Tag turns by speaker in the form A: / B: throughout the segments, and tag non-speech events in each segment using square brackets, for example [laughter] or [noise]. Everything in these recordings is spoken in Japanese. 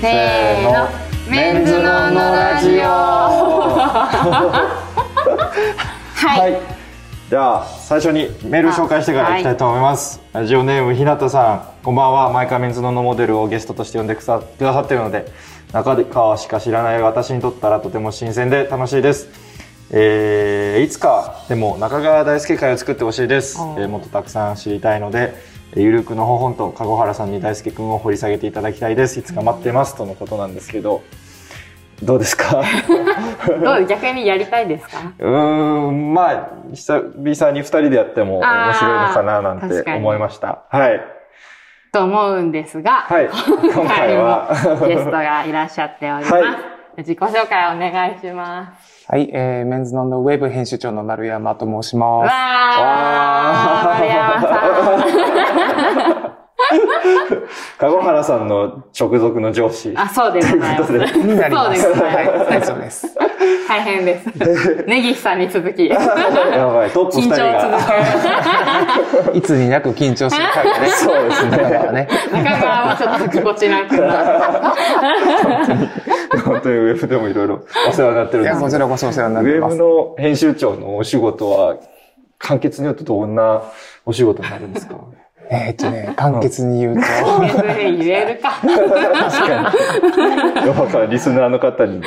A: せーのメンズののラジオ
B: は
A: はいい、
B: じゃあ最初にメール紹介してからいきたいと思います、ラジオネームひなたさんこんばんは毎回メンズののモデルをゲストとして呼んでくさくださってるので中川しか知らない私にとったらとても新鮮で楽しいですえーいつかでも中川大輔会を作ってほしいです、
A: おー
B: えーもっとたくさん知りたいのでえーゆるくのほほんと籠原さんに大輔くんを掘り下げていただきたいですいつか待ってますとのことなんですけどどうですか
A: どう逆にやりたいですか
B: うーん、まあ、久々に2人でやっても面白いのかななん
A: あー確
B: て
A: かに
B: 思いました。はい。
A: と思うんですが、 [laughs]
B: はい。今回
A: 今回もゲスト
B: [laughs] は。
A: がいらっしゃっております。
B: はい
A: 自己紹介お願いします。
C: はい、えー、メンズノンノウェブ編集長の丸山と申します。
A: わー、丸山さん。
B: [laughs] 籠原さんの直属の上司。
A: あ、そうでございます。
B: ということ
C: になります。
A: そうですね
C: はい、そうです。
A: 大変です。根岸さんに続き、緊
B: [laughs] やばい、トップ
A: 張
B: 2人
A: 続
B: が。
C: いつになく緊張する回だね。
B: [laughs] そうです
C: だか
B: ね。
C: らね。
A: く。中川もちょっと心地なくな
B: [laughs]
A: る。
B: 本 [laughs] 当にウェブでもいろいろお世話になってるん
C: い
B: で
C: や、こ
B: す
C: ち
B: け
C: らこそお世話に
B: ど。ウ
C: なって
B: ェ
C: ま
B: ブ
C: す。
B: の編集長のお仕事は、簡潔に言うとどんなお仕事になるん
A: [laughs]
B: ですか
C: えーっとね、簡潔に言うと、
A: 別に言えるか。
B: 確かに。や [laughs] ばか、リスナーの方に。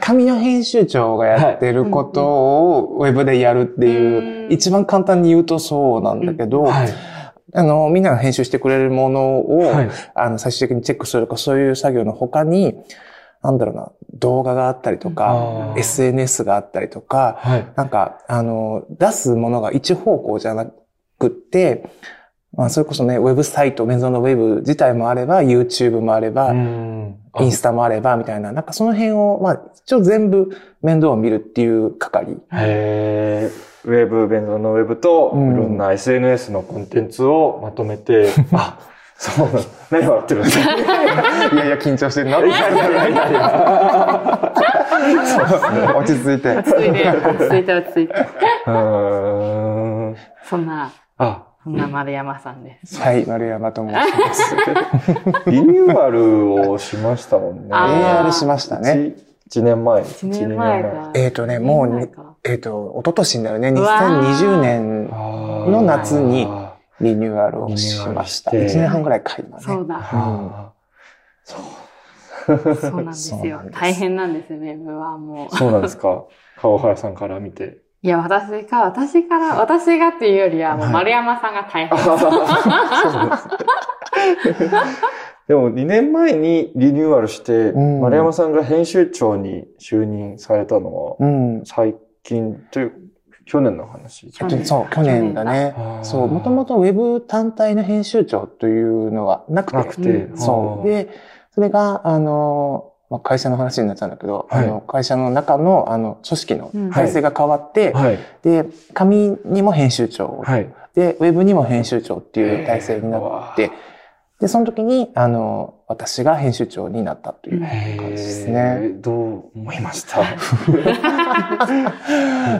C: 紙の編集長がやってることをウェブでやるっていう、
A: うん
C: 一番簡単に言うとそうなんだけど、
B: はい。
C: あの、みんなが編集してくれるものを、
B: はい
C: あの、最終的にチェックするとか、そういう作業の他に、なんだろうな、動画があったりと
B: あ
C: か、
B: ー
C: SNS があったりとか、
B: はい。
C: なんか、あの、出すものが一方向じゃなくって、まあ、それこそね、ウェブサイト、メンズのウェブ自体もあれば、YouTube もあれば、
B: ん。
C: インスタもあれば、みたいな、なんかその辺を、まあ、一応全部面倒を見るっていう係。
B: へーウェブ、ベンゾのウェブと、い
C: うん
B: ろんな SNS のコンテンツをまとめて、あ、そうなの。何笑ってるんですか
C: いやいや、緊張してるな。 [laughs] 落ち着いて。
A: 落ち着いて、落ち着いて、落ち着いて。
B: うーん。
A: そんな、
B: [laughs] あ、
A: そんな丸山さんです。
C: はい、丸山と申し [laughs] ます。
B: リニューアルをしましたもんね。
A: あー
C: AR しましたね。
B: 1, 年前。
A: 1年前か。
C: えっ、とね、もう
A: 一年前
C: に
A: か
C: えっ、と、一昨年になるね、
A: うわー
C: 2020年
B: の
C: の夏に
B: あ
C: リニューアルをしました。
B: リニューアルして
C: 1年半ぐらい買いまね。
A: そうだ。
B: ーあ
A: そうなんです
C: そう
A: よ
C: なん。です
A: 大変なんですよ、ウェブはもう
B: ー。そうなんですか。川原さんから見て。
A: いや、私か、私から、私がっていうよりは、もう
B: はい
A: 丸山さんが大
B: [laughs]
A: 変。
B: でも2年前にリニューアルして、
C: うん
B: 丸山さんが編集長に就任されたのは、
C: うん。
B: 最近という、去年の話。
A: 去年
C: そう、去年だね
B: 去年だ。
C: そう、もともとウェブ単体の編集長というのがなくて。
B: なくて。
A: うん
C: そう。で、それが、あの、まあ、会社の話になっちゃうんだけど、
B: はい
C: あの会社の中の、あの、組織の
A: うん
C: 体制が変わって、
B: はい。
C: で、紙にも編集長を
B: はい。
C: で、ウェブにも編集長っていう体制になって、
B: へ
C: で、その時に、あの、私が編集長になったという
B: へー
C: 感じですね。
B: どう思いました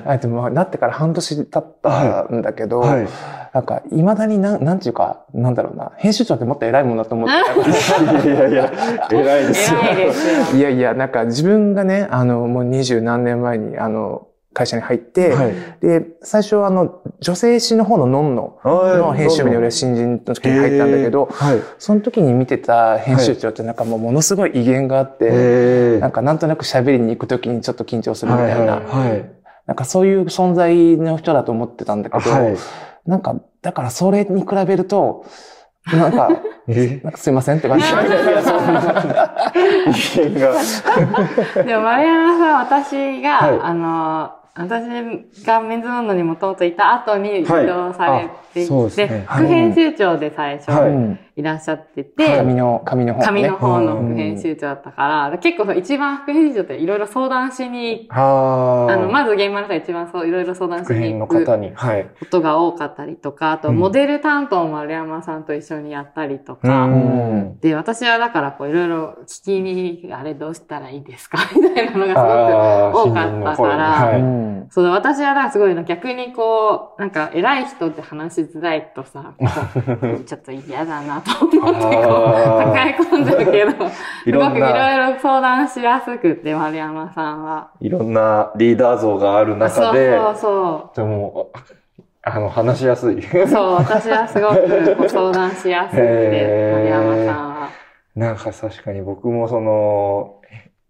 C: あでも、なってから半年経ったんだけど、
B: はい。
C: なんか、未だになん、なんていうか、なんだろうな、編集長ってもっと偉いもんだと思っ
B: [laughs]
C: てたか
B: いやいやいや、偉いですよ。
A: 偉いですよ。
C: ら、いやいや、なんか自分がね、あの、もう二十何年前に、あの、会社に入って、
B: はい
C: で、最初はあの、女性誌の方のノンノの編集部に俺は新人の時に入ったんだけど、
B: はい。
C: その時に見てた編集長ってなんかもうものすごい威厳があって、
B: え
C: なんかなんとなく喋りに行く時にちょっと緊張するみたいな、
B: はいはい。
C: なんかそういう存在の人だと思ってたんだけど、
B: はい。
C: なんか、だからそれに比べると、なんか、
B: え
C: なんかすいませんって感じ。
B: 意見が。 [laughs]
A: でも丸山さん、私が、
B: はい
A: あの、私がメンズノンノにもともといた後に移
B: はい
A: 動されてい
B: あ
A: て、
B: そうですね
A: 副編集長で最初
B: はい
C: うん
A: いらっしゃってて、
C: 紙の、紙の方、ね。
A: 紙の方の副編集長だったから、結構その一番副編集長っていろいろ相談しに、
B: あ
A: あ
B: あ
A: の、まず現場の人は一番そう、いろいろ相談し
B: 作
A: に
B: 品
A: 行
B: の
A: く
B: 方に。はい。
A: ことが多かったりとか、あと
B: うん
A: モデル担当も丸山さんと一緒にやったりとか、
C: ん
A: で、私はだからこういろいろ聞きに、あれどうしたらいいですか [laughs] みたいなのがすごく、
B: あ
A: 多かったから
B: は
C: う
B: い。
C: ん
A: そうだ、私はだからすごいの、逆
B: [laughs]
A: にこう、なんか偉い人って話しづらいとさ、こうちょっと嫌だなとと思ってこう、抱え込んじゃうけど、
B: い
A: [laughs] す
B: ろ
A: ご
B: ん
A: くい
B: な、
A: ろいろ相談しやすくって、丸山さんは。
B: いろんなリーダー像がある
A: そ
B: 中
A: う
B: で、
A: そうそ
B: でも、あの、話しやすい。
A: う。そう、私はすごくご相談しやすくて、
B: へー
A: 丸山さんは。
B: なんか確かに僕もその、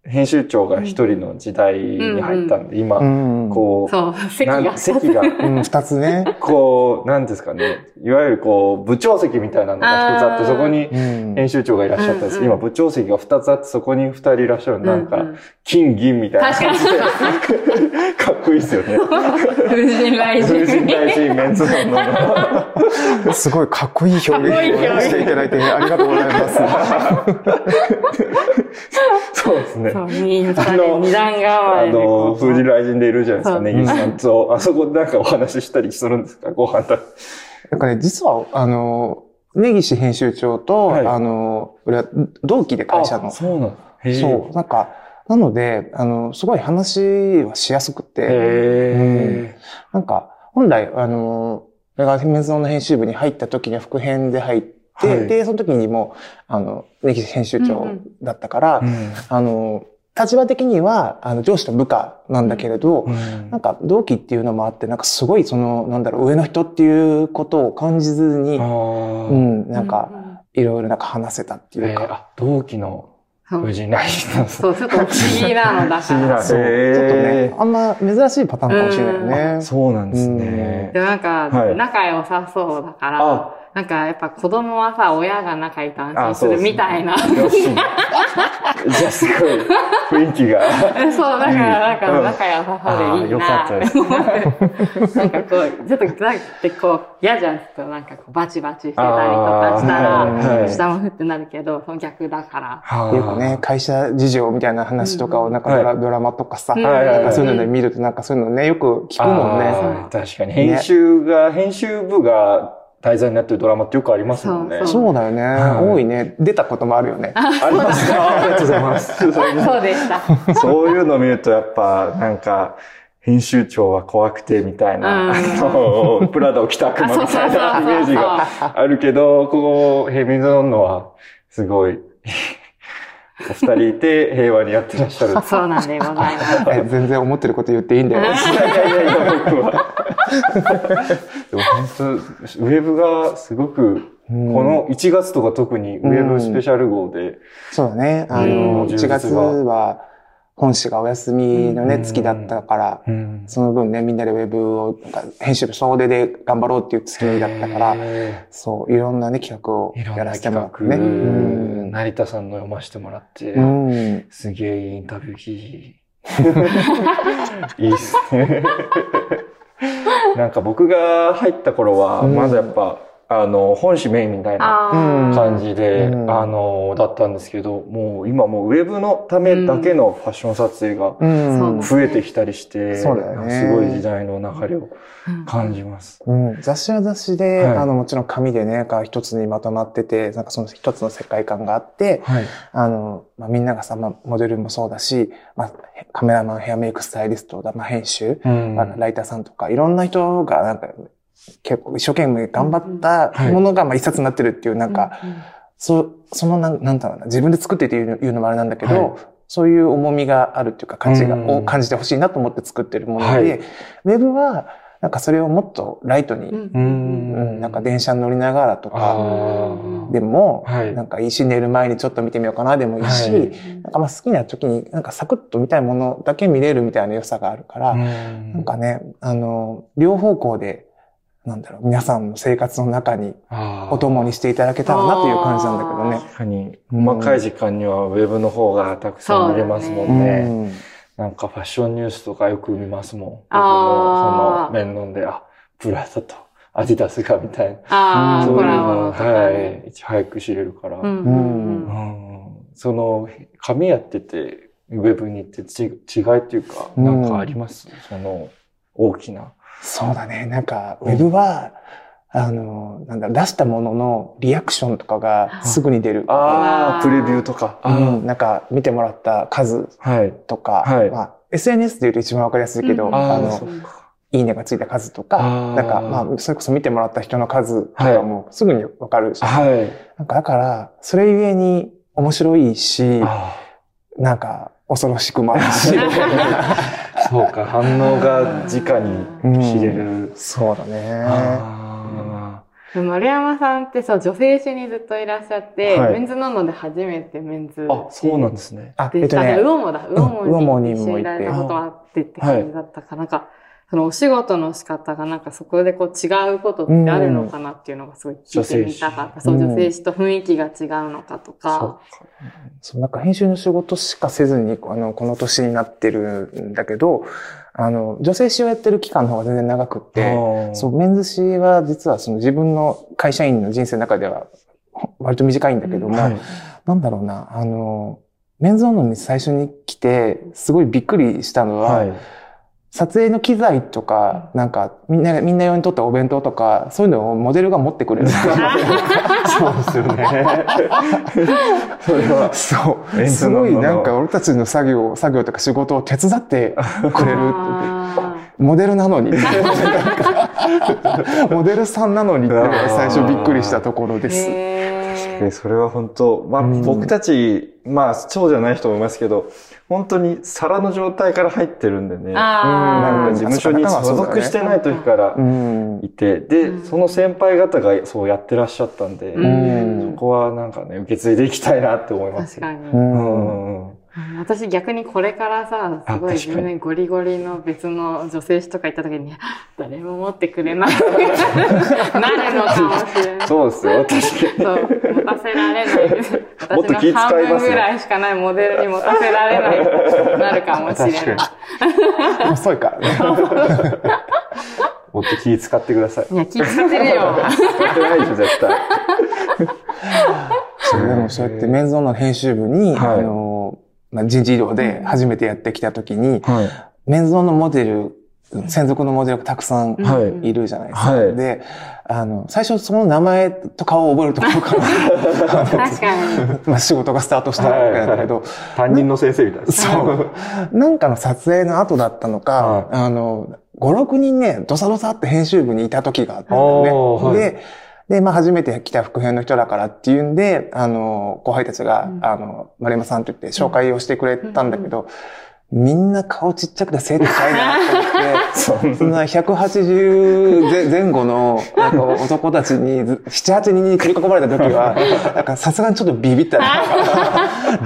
B: 編集長が一人の時代に入ったんで、
C: う
B: 今、
C: ん。
B: こう、
A: そう、席
B: なん
A: が。
B: 席が、
C: うん、二つね。
B: こう、なんですかね、いわゆるこう、部長席みたいなのが一つあ
A: あ
B: って、
A: ー
B: そこに
C: うん。
B: 編集長がいらっしゃったんです。
A: うんうん
B: 今、部長席が二つあって、そこに二人いらっしゃる。なん
A: う
B: か
A: う、
B: 金、銀みたいな感じで、かっこいいですよね。
A: 風神雷
B: 風
A: 神
B: 神
A: に。
B: 大臣メンツ団
A: [laughs]
B: の。
C: すごいかっこいい表現
A: かっこいい表現
C: をしていただいてありがとうございます。
B: そうですね。
A: そう、二人
B: あの
A: 二段構
B: あ
A: えでこ
B: の、
A: う。
B: 風神雷神でいるじゃないです
A: そ
B: か、
A: う
B: ネギさんと。あそこでなんかお話ししたりするんですかご飯だ。
C: なんかね、実は、あの、根岸編集長と、
B: はい
C: あの、俺は同期で会社の。
B: あそうなの。へえ
C: そう。なんか、なので、あの、すごい話はしやすくて、
B: へ
C: なんか、本来、あの、俺がメンズノンの編集部に入った時には副編で入って、
B: はい
C: で、その時にもう、あの、根岸編集
A: うんう
C: 長
A: ん
C: だったから、
B: え。
C: あの、立場的には、あの、上司と部下なんだけれど、
B: うん
C: なんか同期っていうのもあって、なんかすごいその、なんだろう、上の人っていうことを感じずに、う
B: あ
C: ん、なん
A: う
C: か、
A: んうん
C: いろいろなんか話せたって
B: ー
C: い
B: え
C: う
B: ー
C: か、
B: あ、同期の
A: そう
B: 風神雷神なんです
A: そ
B: ね
A: う、ちょっと不思議なのだ
B: 不
A: か
B: 思議な
A: ら。
C: そう、
B: へー
C: ちょっとね、あんま珍しいパターンかもしれないよね。
B: あそうなんです
C: う
B: ね
A: で。もなんか
B: はい、
A: 仲良さそうだから、
B: あ、
A: なんかやっぱ子供はさ、親が仲いいと安
B: あ
A: 心す
B: そうで
A: る
B: すね
A: みたいな。
B: よし。じゃあすごい雰囲気
A: [laughs]
B: が。
A: えそう、だから、なんか、
B: うん
A: 仲良さそうでいいな
B: あーよかったで
A: って思って。なんかこう、ちょっと、なんかってこう、嫌じゃん。ちょっとなんかこう、バチバチしてたりとかした
B: あ
A: ら、
B: ーはい
A: 下もふってなるけど、その逆だから。
B: はあ
C: よくね、会社事情みたいな話とかを、なんかドラ,、ドラマとかさ、
A: うん
B: はいはい
C: なん
B: は
C: か
B: い
C: そういうので見ると、なんかそういうのね、よく聞くもんね。
B: あー確かに。編集が、編集部が題材になってるドラマってよくありますもんね。
A: そう
C: そうだよね、
B: はい
C: 多いね。出たこともあるよね。
B: ありますかありがとうございます。
A: そうでした。
B: [laughs] そういうの見るとやっぱ、なんか、編集長は怖くてみたいな、
A: うん
B: [laughs] あの、プラダを着た悪魔
A: あ
B: みたいなイ
A: そうそうそうそう
B: メージが [laughs] あるけど、ここ、ヘミズノンのは、すごい、お二人いて平和にやってらっ [laughs] しゃる。
A: そうなんでございます。
C: え全然思ってること言っていいんだよ。
B: いやいやいや、僕は。でも本当、ウェブがすごく、
C: うん
B: この1月とか特にウェブスペシャル号で、
C: そうだね。あ
A: う
C: の、
B: ん
C: 1月は本誌がお休みの
B: う
C: ね、
B: ん
C: 月だったから、
B: うん
C: その分ね、みんなでウェブを、なんか編集部総出で頑張ろうっていう月だったから、
B: へ
C: そう、いろんなね、企画を
B: ーいろん
C: や
B: な
C: らせ
B: 企
C: てもらって
B: 画、
C: ね。
B: うん
C: う
B: 成田さんの読ませてもらって、
C: ん。うん
B: すげえいいインタビュー
C: [laughs]
B: 記事。いいっすね。なんか僕が入った頃は、
C: うん
B: まずやっぱ、あの、本誌メインみたいな
A: あ
C: ー
B: 感じで、
C: うん
B: あの、だったんですけど、もう今もうウェブのためだけのファッション撮影が
C: うん。
B: 増えてきたりして、
C: そうだよね
B: すごい時代の流れを感じます。
C: うん、雑誌は雑誌で、
B: はい
C: あの、もちろん紙でね、なんか一つにまとまってて、なんかその一つの世界観があって、
B: はい。
C: あの、まあ、みんながさ、まあ、モデルもそうだし、まあ、カメラマン、ヘアメイク、スタイリストだ、まあ、編集、
B: うん
C: まあ、ライターさんとか、いろんな人が、なんか、結構一生懸命頑張った
B: うんうん
C: ものが、まあ、一冊になってるっていう、なんか、、
A: う
C: そ、そのなん、なんだろうな、自分で作ってっていうの言うのもあれなんだけど、
B: はい
C: そういう重みがあるっていうか、価値が、
B: うん
C: を感じてほしいなと思って作ってるもので、
B: はい
C: ウェブは、なんかそれをもっとライトに、うん
A: んうん
B: うん
C: なんか電車に乗りながらと
B: あ
C: か
B: ー
C: でも、
B: はい
C: なんかいいし、寝る前にちょっと見てみようかなでもいいし、
B: はい
C: なんかまあ好きな時になんかサクッと見たいものだけ見れるみたいな良さがあるから、
B: な
C: なんかね、あの、両方向で、なんだろう、皆さんの生活の中にお供にしていただけたらなという感じなんだけ
B: 確かに、
C: うん
B: 細かい時間にはウェブの方がたくさん見れますも
C: ど
B: ん
C: ね。
B: ね。
C: うん
B: なんかファッションニュースとかよく見ますもん。僕も
A: あー
B: その面論で、あ、プラザとアディダスがみたい
A: あ
B: な。
A: あ、
B: そうい
A: コ
B: う
A: ラ
B: の
A: ボ
B: を、
A: とか
B: は
A: ね。
B: い、いち早く知れるから。
A: うんうんうん
B: うんその、紙やってて、ウェブに行ってち違いっていうか、なんかあります、その、大きな。
C: そうだね。なんか、ウェブは、あの、なんだろう、出したもののリアクションとかがすぐに出る。
B: ああ、
A: う
B: プ
A: わ
B: レ
A: ー
B: ビューとか。
C: うん
B: あ
C: なんか、見てもらった数
B: ーはい。
C: とか、
B: はい
C: まあ、SNS で言うと一番わかりやすいけど、
A: うん
B: あ
C: あ
B: あ、
C: の
B: そ、うか。
C: いいねがついた数とか、
D: あー
C: なんか、まあ、それこそ見てもらった人の数とかもすぐにわかるし、
D: はい。
C: なんかだから、それゆえに面白いし、
D: あ
C: なんか、恐ろしくもある
B: [laughs]
C: し。
D: ーそうか、反応が直に知れる。
C: そうだね。
D: あ
A: でも丸山さんってそう、女性誌にずっといらっしゃって、
C: はい
A: メンズなので初めてメンズ誌
D: ーあ、そうなんですね。
C: あ、え
A: で
C: っ
A: した。
C: と
A: あ
C: ね
A: ウ、オモだ。ウオ
C: ウオモ
A: モ
C: に
A: に
C: も
A: 知
C: いて
A: りられたことはあってって感じだったから、なんか、そのお仕事の仕方がなんかそこでこう違うことってあるのかなっていうのがすごい聞いてみたかった。そう、
C: うん
A: 女性誌と雰囲気が違うのかと
D: そう
A: か。
D: か。
C: そうなんか編集の仕事しかせずに、あの、この年になってるんだけど、あの、女性誌をやってる期間の方が全然長くって、
D: で
C: そう、メンズ誌は実はその自分の会社員の人生の中ではほ割と短いんだけども、
D: はい。
C: なんだろうな、あの、メンズオンのに最初に来て、すごいびっくりしたのは、
D: はい。
C: 撮影の機材とか、なんか、みんなが、みんな用に撮ったお弁当とか、そういうのをモデルが持ってくれる。
B: そうですよね。
D: それは、
C: そう。
D: 遠
C: [laughs] す
D: 足なの
C: ごい、なんか、俺たちの作業、作業とか仕事を手伝ってくれるって。
A: あ
C: モデルなの [laughs] に。モデルさんなのにっていうのが最初びっくりしたところ
A: ー
C: です。
A: へ
B: え
A: ー
B: それは本当、まあ、
C: うん
B: 僕たち、まあ、そうじゃない人もいますけど、本当に皿の状態から入ってるんでね。なんか
A: あ
B: 事
A: ー
B: 務所に所属してない時から
C: うん。
B: いて、
A: うん
B: で、その先輩方がそうやってらっしゃったんで、
A: う
C: うん
B: そこはなんかね、受け継いでいきたいなって思います
A: 確
B: ね。
A: かに。
B: う
C: うん
B: んうん
A: うん私逆にこれからさ、すごい
D: あ確かに
A: 自分ゴリゴリの別の女性誌とか行った時
B: [laughs]
A: に、誰も持ってくれない。 [laughs] なるのかもし
B: [laughs]
A: れない。
B: そうですよ、確
A: そう、持たせられない。
B: [laughs] もっと気
A: 私の
B: 遣いま
A: 半
B: すよ
A: 分ぐらいしかないモデルに持たせられない。なるかもしれない。
B: 確か
C: [laughs] 遅いからね。
B: もっと気使ってください。
A: いや、気遣ってるよ。
B: 使ってないでしょ、絶対。
C: [laughs] そうでもそうやってメンズオンの編集部に、
D: はい
C: あの、まあ、人事異動で初めてやってきたときに、
D: はい。
C: メンズオンのモデル、専属のモデルがたくさ
B: [laughs]
C: ん
D: はい
A: うん
C: いるじゃないですか。
D: はい
C: で、あの、最初その名前と顔を覚えるとこ
A: [laughs]
C: ろから、あ
A: 確かに。
C: のまあ、仕事がスタートしたわけなんだけど、
B: 担任の先生みたいです。
C: そう。なんかの撮影の後だったのか、
B: は
C: あの、5、6人ね、ドサドサって編集部にいた時があったんだ
B: おー
C: よ
B: はい
C: ね。で、で、まあ、初めて来た副編の人だからっていうんで、あの、後輩たちが、
A: うん
C: あの、丸山さんと言って紹介をしてくれたんだけど、みんな顔ちっちゃくて背高いなって思って、
B: そ [laughs]
C: そんな180前前後のなんか男たちにず7、8人に取り囲まれた時は、なんかさすがにちょっとビビ
A: [laughs]
C: ったな。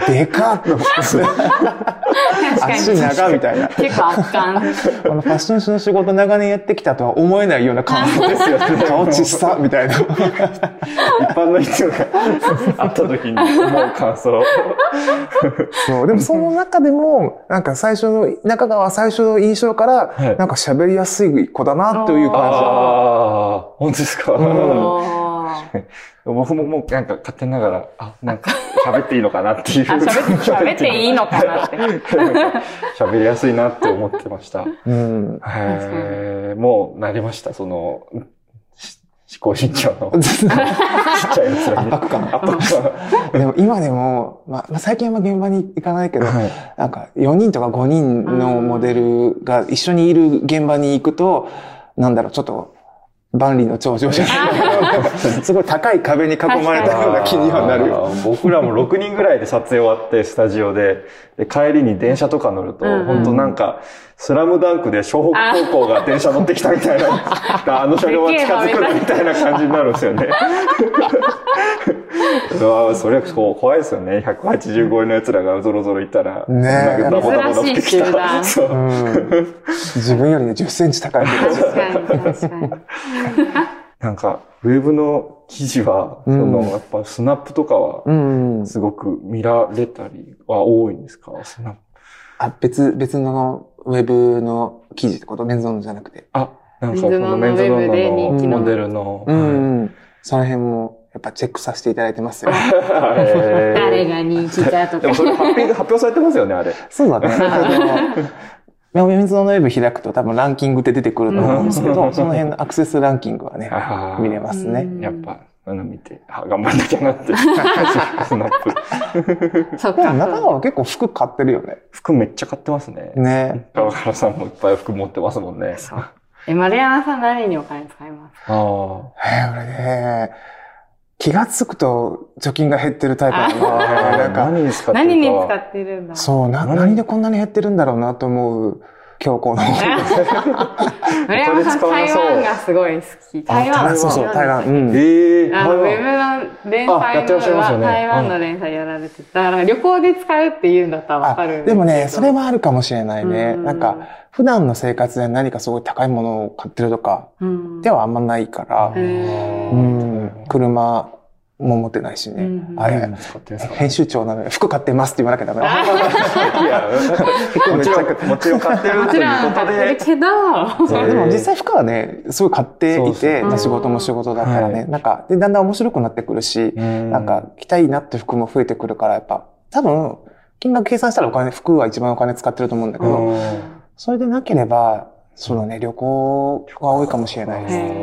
C: でかっと思って、
A: 確か
C: 足
A: に。
C: 長みたいな。
A: 結構圧巻。
C: このファッション誌の仕事長年やってきたとは思えないような感じですよね。顔 [laughs] ちっさみたいな。
B: 一般の人が会った時に思う感想。
C: そう。でもその中でも、なんか最初の、中川は最初の印象から、
D: はい
C: なんか喋りやすい子だなという
A: あ
C: 感
D: ああ、本当ですか。
B: うん
A: おー
B: 僕ももうなんか勝手ながら、あ、なんか喋っていいのかなっていう。
A: あ喋って喋っていいのかな
B: [laughs]
A: って。
B: 喋りやすいなって思ってました。
C: [laughs] じ。うん。
B: へーもうなりました、その、し思考身長
C: [laughs]
B: のちっちゃいやつらに。
C: 圧迫感
B: 圧 [laughs] 迫
C: でも今でも、まあまあ、最近は現場に行かないけど、
B: 感。はい。
C: なんか4人とか5人のモデルが一緒にいる現場に行くと、なんだろう、ちょっと、万里の長城じゃないけどすごい高い壁に囲まれたような気にはなるよ。
B: あー僕らも6人ぐらいで撮影終わって、スタジオで。で、帰りに電車とか乗ると、
A: うんうん
B: 本当なんか、スラムダンクで湘北高校が電車乗ってきたみたいな、あの車両は近づくなみたいな感じになるんですよね。うわーそれこう怖いですよね。185円の奴らがゾロゾロいたら、
C: ねえ
B: なんかダボダボ乗って
A: 珍
B: き
A: しい集
B: た。
A: 団
B: そう
C: うん自分よりね、10センチ高い。
A: 確かに、確かに。
B: なんか、ウェブの記事は、その、
C: うん
B: やっぱスナップとかは、
C: うん。
B: すごく見られたりは多いんですかスナップ。
C: あ、別、別のウェブの記事ってことメンズオンじゃなくて。
B: あ、なんか
A: メン
B: こ
A: ズ
B: の
A: ノン
B: メンズノン
A: ウェブで
B: ノ
A: 人
B: の
C: 気の
B: モデルの。はい
C: うん。その辺も、やっぱチェックさせていただいてますよ。
B: えー
A: 誰が人気だと
B: でも
A: か。
B: それ発表発表されてますよね、あれ。
C: [laughs] そうだね。あ [laughs] の、メンズのウェブ開くと多分ランキングって出てくると思うんですけど、その辺のアクセスランキングはね、
B: あー
C: 見れますね。
B: やっぱ、あの見て、あ、頑張んなきゃなって。 [laughs] スナップ。
A: そっ
C: でも
A: か。
C: 中川は結構服買ってるよね。
B: 服めっちゃ買ってますね。
C: ね。
B: 川原さんもいっぱい服持ってますもんね。
A: え、丸山さん何にお金使いますか
D: あ
C: えー、俺ね、気がつくと貯金が減ってるタイプなん
D: あ。
C: だよね。なんか、
D: 何に使ってるか。
A: 何に使ってるんだ
C: そう、な、
D: 何
C: 何でこんなに減ってるんだろうなと思う、強行の。
A: [laughs]
D: お金使わな
A: 丸山さん、台
D: そう
A: 湾がすごい好き。台
C: あ
A: 湾
C: [laughs] そうそう、台湾。うん。
D: ええ
A: あの、ウェブの連
D: あやっ
A: 載
D: てらっしゃい
A: の
D: ますよね
A: 台湾の連載やられてた。だから旅行で使うって言うんだったらわかる
C: あでもね、それ
A: は、
C: はあるかもしれないね。
A: うん
C: なんか、普段の生活で何かすごい高いものを買ってるとか
A: うん
C: ではあんまないから
A: へ、ー
C: うん、車も持ってないしね。
A: うん
C: あれ
D: 何、に使ってるんですか
C: 編集長なのよ。服買ってますって言わなきゃダメだ。
B: いや、もちろん、もちろん買ってる
A: も
B: と
A: ち
B: い
A: ろ
B: うんこ
A: 買っ
B: と
A: て
B: で
A: る。けど、
C: そうでも実際服はね、すごい買って
D: そう
C: い
D: です
C: て、
D: ね
C: まあ仕事も仕事だからね、
D: は
C: なんか、で、だんだん面白くなってくるし、
D: な
C: なん、か、着たいなって服も増えてくるから、やっぱ、多分、金額計算したらお金、服は一番お金使ってると思うんだけ
D: う
C: ど、
D: ん
C: それでなければ、そうだね、旅行が多いかもしれないです。
A: へ
D: 僕
A: ー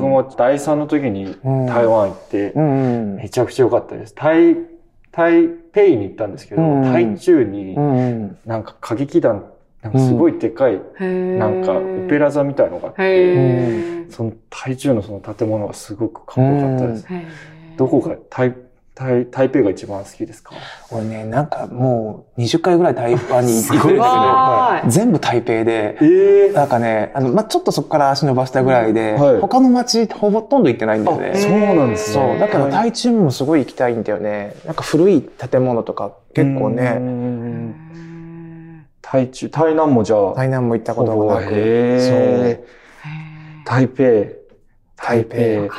D: も第3の時に
C: うん
D: 台湾行って
C: う、んうん。
D: めちゃくちゃ良かったです。台、台北に行ったんですけど、
C: うん
D: 台中に
C: うん
D: なんか歌劇団、なんかすごいでかい、な
A: な
D: んかオペラ座みたいのがあっ
A: へ
D: て、
A: ー
D: その台中のその建物がすごくかっこよかったです。
A: へー
D: どこが、台、台、台北が一番好きですか
C: 俺ね、なんかもう20回ぐらい台湾に行ってるん
D: すごい
C: ですけど、
A: わーい
C: 全部台北で、
D: ええ
C: なんかね、あの、まあ、ちょっとそこから足伸ばしたぐらいで、
D: はい
C: 他の街ほとんど行ってないんだよね。
D: あそうなんです
C: そう。
D: ね
C: だけど、
D: はい
C: 台中もすごい行きたいんだよね。なんか古い建物とか結構ね、
D: ね。
A: へ
D: 台中、台南もじゃあ、
C: 台南も行ったこともな
D: ほぼ
C: く、
D: へー
A: ー
D: 台北、
C: 台北。
D: 台北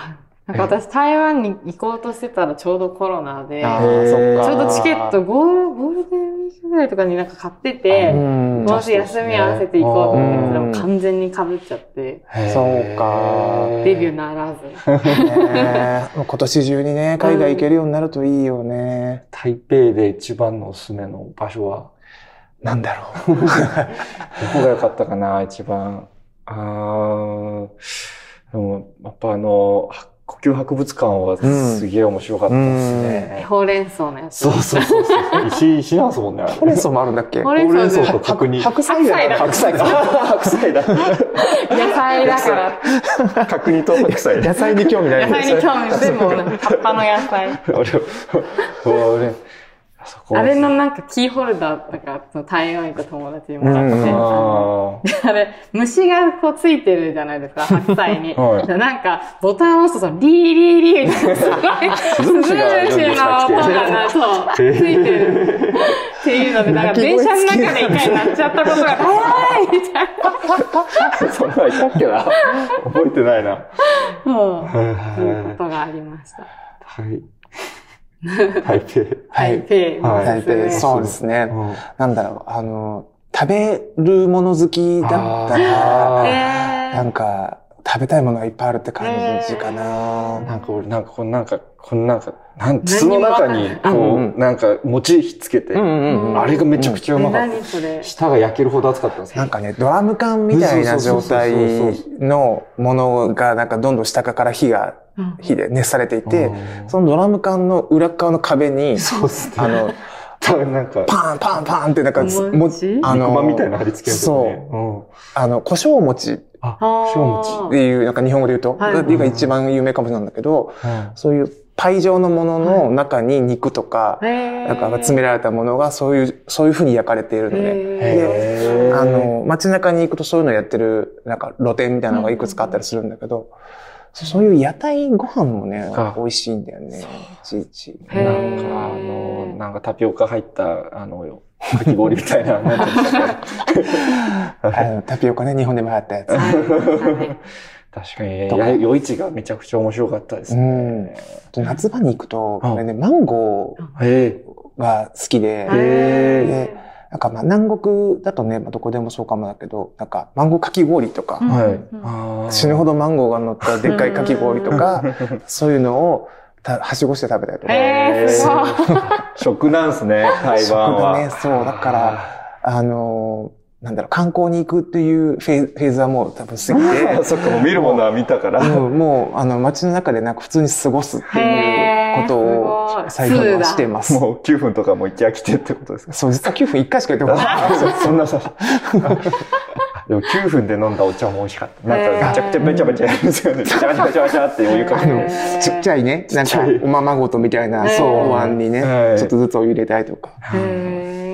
A: なんか私、台湾に行こうとしてたらちょうどコロナで、
C: あ
A: ち
C: ー
D: へー
A: ょうどチケットゴール、ゴールデンウィークぐらいとかになんか買ってて、
C: うん。
A: もし休み合わせて行こうと思ってたら
C: うん
A: もう完全に被っちゃって、
C: そうか
D: へ
A: デビューならず。
C: ねもう今年中にね、海外行けるようになるといいよね。
D: 台北で一番のおすすめの場所は、
C: なんだろ
B: [laughs]
D: どこが良かったかな、一番。あーでも、やっぱあの、は呼吸博物館はすげえ面白かったですね。
A: ほうれん草のやつ。
C: [laughs]
B: そうそうそうそう。石、石なんすもんね、あれ
C: う。ほうれん草もあるんだっけ
A: ほうれん
C: 白
B: ほうれん
A: 草
B: 草
A: の
B: と角煮。
C: 菜だ。白菜
D: [laughs]
C: か。
D: 白菜だ。
A: 野菜だ
C: [laughs]
A: から、
D: 角煮と白菜だ。
C: 野菜に興味ない
A: 野
C: んだよ
A: 菜に興味全部同じ葉っぱの野
C: [laughs]
D: あ
A: 菜。
D: れ、あれ、あそこ。
A: あれのなんかキーホルダーとか、その台湾行った友達にもらって、
C: うん
D: あー
A: あれ、虫がこうついてるじゃないですか、白菜に。
D: はい
A: なんか、ボタンを押すと、リーリーリーみたいな、すごい、
D: 鈴虫がいるんでしたっけ
A: 鈴虫の音が、そう、ついてる。っていうので、なんか電車の中で一回鳴っちゃったことが、早いみたいな。
D: そんなんいたっけな。
B: 覚えてないな。
A: うん。そういうこ
B: は
A: とがありました。
B: い。台北。
C: はい
A: ペイ。
B: はい
C: 台北、
A: そう
C: そうですね。
B: うん
C: なんだろう、あの、食べるもの好きだった
D: あ
C: ら、
D: ー
A: ですね。
C: なんか、食べたいものがいっぱいあるって感じか
A: え
C: な。
D: なんか俺、なんかこのなんか、このなんか、なん筒
A: 何
D: の
A: にも
D: 中に、こ
C: うんう
D: う、なんか餅ひっつけて、
A: んうん
D: あれがめちゃくちゃうまかっ
A: 何それ
B: うん。舌が焼けるほど熱かったんですけ
C: な
B: ど
C: んかね、ドラム缶みたいな状態のものが、なんかどんどん下から火が、
A: うん
C: 火で熱されていて
B: う、ん
C: そのドラム缶の裏側の壁に、
B: そうっすね。
C: あの、
B: 多分なんか、
C: パンパンパンってなんか、
A: 餅
C: もあ
B: 肉まんみたい
C: の、
B: な貼り付けるとかね。うん。
C: あの、胡椒餅っ
B: あ、
A: あー
B: 塩餅。
C: ていう、なんか日本語で言うと、
A: はい
C: が一番有名かもしれないんだけど、そういうパイ状のものの中に肉とか、
A: へー
C: なんか詰められたものがそういう、そういう風に焼かれているので、
A: へー
D: へー
C: あの、街中に行くとそういうのやってる、なんか露店みたいなのがいくつかあったりするんだけど、そういう屋台ご飯もね
D: あ、
C: 美味しいんだよね、いちいち。
D: た。な
A: へ
D: ん
A: ー
D: か、あの、なんかタピオカ入った、あの、かき氷みたいな、なんていうんですかね
C: あのタピオカね、日本でも流行ったや
B: [laughs]
C: つ。[laughs]
A: はい
D: 確かに、や夜市がめちゃくちゃ面白かったです
C: うん
D: ね。
C: 夏場に行くと、
D: うん
C: これね、マンゴ
D: へ
C: ーが好きで、
A: はい
D: へ
C: ーなんかまあ南国だとね、まあ、どこでもそうかもだけど、なんかマンゴーかき氷とか、
D: え。
A: うん
D: は
A: うん
D: い。
C: 死ぬほ
D: ど。
C: どマンゴーが乗ったでっかいかき氷とか、そういうのをたはしごして食べたりとか。
A: えー、すごい。
B: [laughs] 食なんすね、台
C: 食
B: 湾
C: がね、
B: は。
C: そう、だから、あのー、なんだろう、観光に行くっていうフェーフェーズはもう多分過ぎて
B: あ、そっか、もう見るものは見たから。
C: うんもう、あの、街の中でなんか普通に過ごすっていうこと
A: へ
C: を
A: ー
C: 最近はしてます。
B: もう9分とかもう行き飽きてってことですか
C: そう、実は9分1回しか行ってません。
B: そんなさ、 [laughs] でも9分で飲んだお茶も美味しかった。なんか、めちゃくちゃべちゃべちゃやるんですよね。べちゃべちゃべちゃべちゃってお湯かけ
C: て。ちっちゃいね、なんか、おままごとみたいな、そう、お椀にね、ちょっとずつお湯入れたりとか。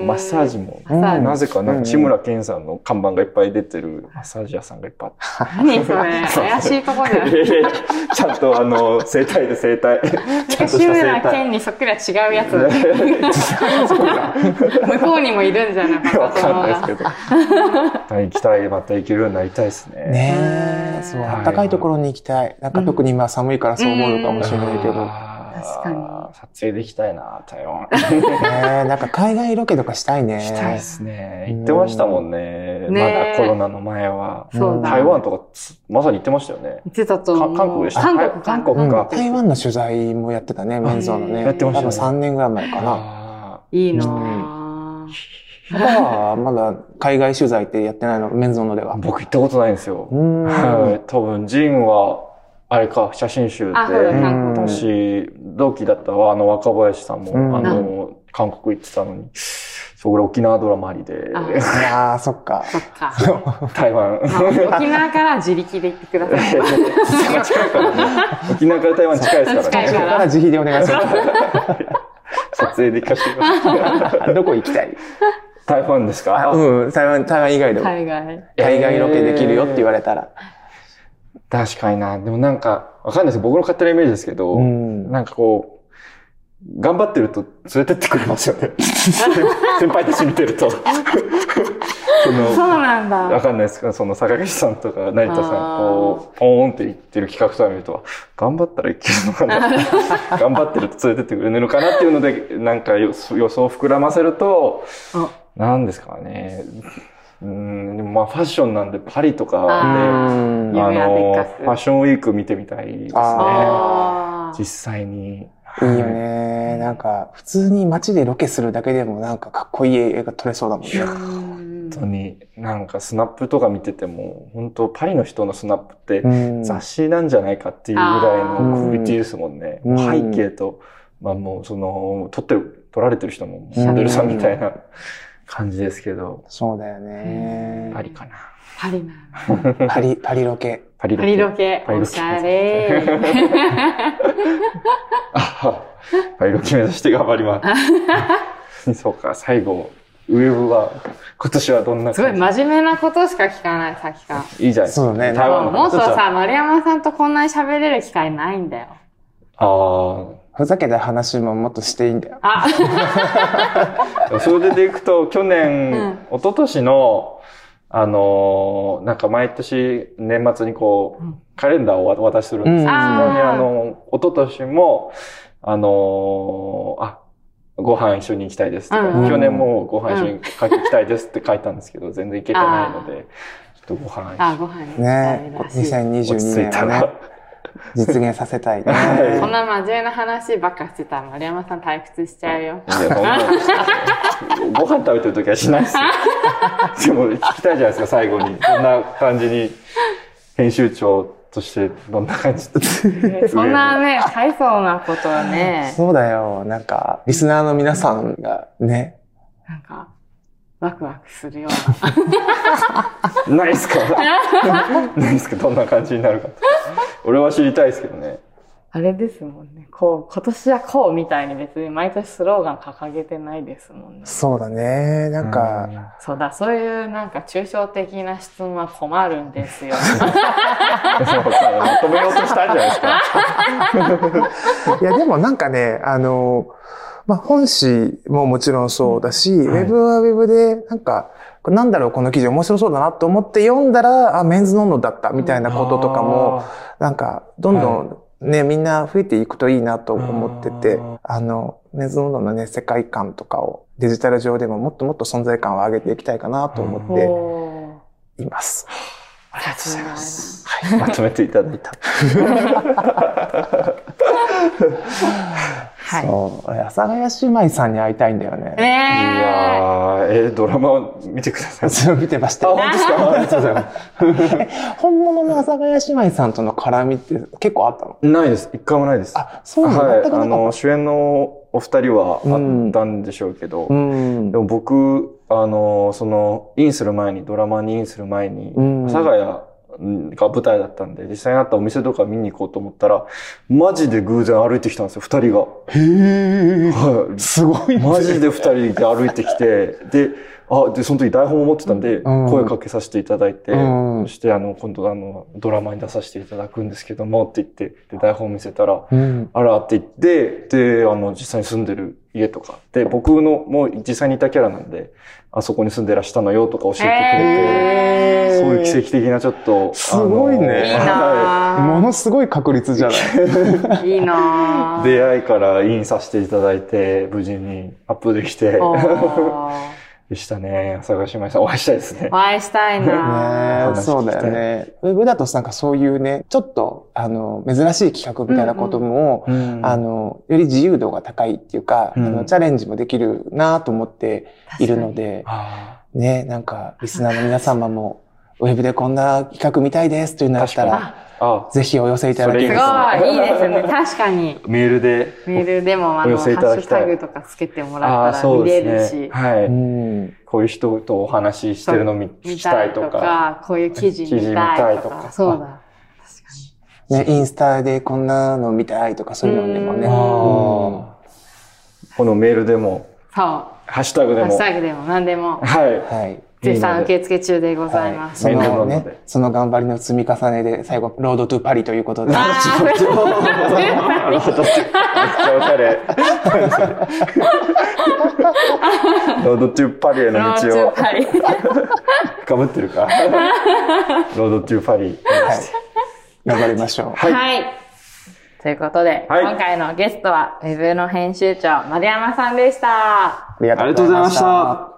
B: マッサージも、なぜか、なんか、志村けんさんの看板がいっぱい出てるマッサージ屋さんがいっぱい
A: あって。何それ怪しいとこじゃん。
B: [laughs] ちゃんと、あの、整体で整体。
A: 志村けんにそっくりは違うやつ。
B: [laughs]
A: 向こうにもいるんじゃない
B: わかんないですけど。行きたい、また行けるようになりたいですね。
C: ねえ、そう、暖かいところに行きたい。なんか特に今寒いからそう思うのかもしれないけど。
A: 確かに。
B: 撮影できたいな、台湾。
C: ねなんか海外ロケとかしたいね。
B: したいですね。行ってましたもんね。まだコロナの前は。台湾とか、まさに行ってましたよね。
A: 行ってたと
B: 韓国でした。
A: 韓国、
B: 韓国か。
C: 台湾の取材もやってたね、メンズのね。
B: やってました。
C: 3年ぐらい前かな。
A: いいな
C: まあ、まだ海外取材ってやってないの、メンゾンのでは。
B: 僕行ったことないんですよ。はい。多分、ジンは、あれか、写真集で、私、同期だったあの若林さんも、あの、韓国行ってたのに、そこ沖縄ドラマありで。
C: ああ、そっか。
A: そっか。
B: [laughs] 台湾。 [laughs]
A: 沖縄から自力で行ってください。
B: 沖縄から台湾近いですからね。
C: 近いから自費でお願いします。
B: 撮影で行かせてくだ
C: さい。どこ行
B: [laughs]
C: きたい
B: 台湾ですか
C: うん、台湾、台湾以外でも。
A: 海外。
C: 海外ロケできるよって言われたら。
B: 確かにな。でもなんか、わかんないです。僕の勝手なイメージですけど、うん、なんかこう、頑張ってると連れてってくれますよね。先輩たち見てると。
A: そのそうなんだ。
B: わかんないですかその坂口さんとか成田さん、こう、ポーンって言ってる企画とか見ると、頑張ったらいけるのかな [laughs] 頑張ってると連れてってくれるのかなっていうので、なんか予想を膨らませると、なんですかね。うん、でもまあファッションなんでパリとかで、あ,あの、ファッションウィーク見てみたいですね。実際に。
C: いいよね。なんか、普通に街でロケするだけでもなんかかっこいい映画撮れそうだもんね。
B: 本当に、なんかスナップとか見てても、本当パリの人のスナップって雑誌なんじゃないかっていうぐらいのクオリティですもんね。背景と、まあもうその、撮ってる、撮られてる人もモデルさんみたいな感じですけど。
C: そうだよね。
B: パリかな。
A: パリな。
C: パリ、パリロケ。
A: パリロケ。パリロケ。おしゃれ。
B: パリロケ目指して頑張ります。そうか、最後、ウェブは、今年はどんな
A: すごい真面目なことしか聞かない、さっきから。
B: いいじゃないです
C: か。そうね。
A: 台湾もっとさ、丸山さんとこんなに喋れる機会ないんだよ。
B: ああ。
C: ふざけた話ももっとしていいんだよ。
A: [laughs]
C: あ
B: それでいくと、去年、うん、一昨年の、あのー、なんか毎年年末にこう、カレンダーをお渡しするんですけど、そこにあの、一昨年も、あのー、あ、ご飯一緒に行きたいですとか、うん、去年もご飯一緒に行きたいですって書いたんですけど、全然行けてないので、ちょっとご飯
A: あ、ご飯
C: ね。2022年ね。実現させたい、ね。
A: そんな真面目な話ばっかしてたら丸山さん退屈しちゃうよ。
B: ご飯食べてる時はしないですよ。でも聞きたいじゃないですか、最後に。こんな感じに、編集長としてどんな感じ
A: [laughs] [laughs] そんなね、大層なことはね。
C: そうだよ。なんか、リスナーの皆さんがね。
A: なんか、ワクワクするよ
B: うな。ないっすかないっすかどんな感じになるか。俺は知りたいですけどね。
A: [laughs] あれですもんね。こう、今年はこうみたいに別に毎年スローガン掲げてないですもんね。
C: そうだね。なんか。うん、
A: そうだ、そういうなんか抽象的な質問は困るんです [laughs] よ。そう
B: まとめようとしたんじゃないです
C: か。いや、でもなんかね、あの、まあ、本誌ももちろんそうだし、うんはい、ウェブはウェブで、なんか、なんだろう、この記事面白そうだなと思って読んだら、あ、メンズノンノだったみたいなこととかも、なんか、どんどんね、はい、みんな増えていくといいなと思ってて、あの、メンズノンノのね、世界観とかをデジタル上でももっともっと存在感を上げていきたいかなと思っています。
B: ありがとうございます。はい、まとめていただいた。
C: はい、そう。阿佐ヶ谷姉妹さんに会いたいんだよね。
A: えー、い
C: [laughs]
B: やえー、ドラマを見てください。
C: そう、見てました。
B: あ、本当で
A: [laughs]
B: すかありがとうござい
C: ます。本物の阿佐ヶ谷姉妹さんとの絡みって結構あったの
B: ないです。一回もないです。
C: あ、そうなんだ。はい、
B: あの、主演のお二人はあったんでしょうけど、うん、でも僕、あの、その、インする前に、ドラマにインする前に、阿佐ヶ谷が舞台だったんで、実際にあったお店とか見に行こうと思ったら、マジで偶然歩いてきたんですよ、二人が。
C: へえ。
B: はい。
C: すごいね
B: マジで二人で歩いてきて、で、あ、で、その時台本を持ってたんで、
C: うん
B: 声かけさせていただいて、
C: うん
B: そして、あの、今度、あの、ドラマに出させていただくんですけども、って言って、で、台本を見せたら、
C: うん。
B: あらって言って、で、あの、実際に住んでる家とか、で、僕の、もう実際にいたキャラなんで、あそこに住んでらしたのよとか教えてくれて、
A: へー
B: そういう奇跡的なちょっと、
C: すごいね
B: あ
A: いい
B: のは
C: も
A: な
C: のすごい確率じゃない
A: ぁ。いいないぁ。
B: 出会いからインさせていただいて、無事にアップできて、
A: あ
B: でしたね。探しました。お会いしたいですね
A: ーお。会いしたいなぁ。
C: ね
B: 話聞きたい
C: そうだよね。ウェブだとなんかそういうね、ちょっと、あの、珍しい企画みたいなことも、
B: うん
C: あの、より自由度が高いっていうか、
B: うん
C: あの、チャレンジもできるなと思っているので、
B: あ
C: ね、なんか、リスナーの皆様も、ウェブでこんな企画見たいですというのあった
B: 確
C: ら、
B: ーあ、
C: ぜひお寄せいただけ
A: す
C: る
A: ご
C: と
A: い。いいです
B: [laughs]
A: ね。確かに。
B: メールで。
A: メールでも、あ
B: お
A: の、
B: 寄
A: ハ
B: せいただ
A: ッ
B: き
A: シュ
B: たい
A: タグとかつけても
B: あ
A: らっ
B: あー、
A: たら
B: そう
A: 見れ
B: で
A: る
B: すね。
A: し、
B: は
C: う
B: い。
C: ん。
B: こういう人とお話ししてるの見聞
A: 見
B: きた
A: た
B: い
A: い
B: と
A: と
B: か。
A: か、こういう記事見たいと
B: 記事見たいとか
A: か、そうだ。
C: ね、インスタでこんなの見たいとかそういうのでもね。
A: うん
C: うん
B: あーこのメールでも、
A: そう。
B: ハッシュタグで
A: ハッシュ
B: も。
A: タグでも何でも、 [laughs]
B: は
C: はい。
A: 絶賛受付中でございます。
C: そ
B: みんなの
C: の
B: で
C: ね、その頑張りの積み重ねで、最後、ロードトゥパリということで。
B: [laughs]
A: あー [laughs]
B: い。めっちゃおしゃれ。ロードトゥパリへ
A: ロ
B: の
A: ーチ
B: 道
A: ュ
B: を
A: ーパリ。
B: かぶってるか。ロードトゥパリ。
C: はい。頑張りましょ
B: はい
A: はい。ということで、
B: はい
A: 今回のゲストは、ウェブの編集長、丸山さんでした。
C: う。あり
E: ありがとうございました。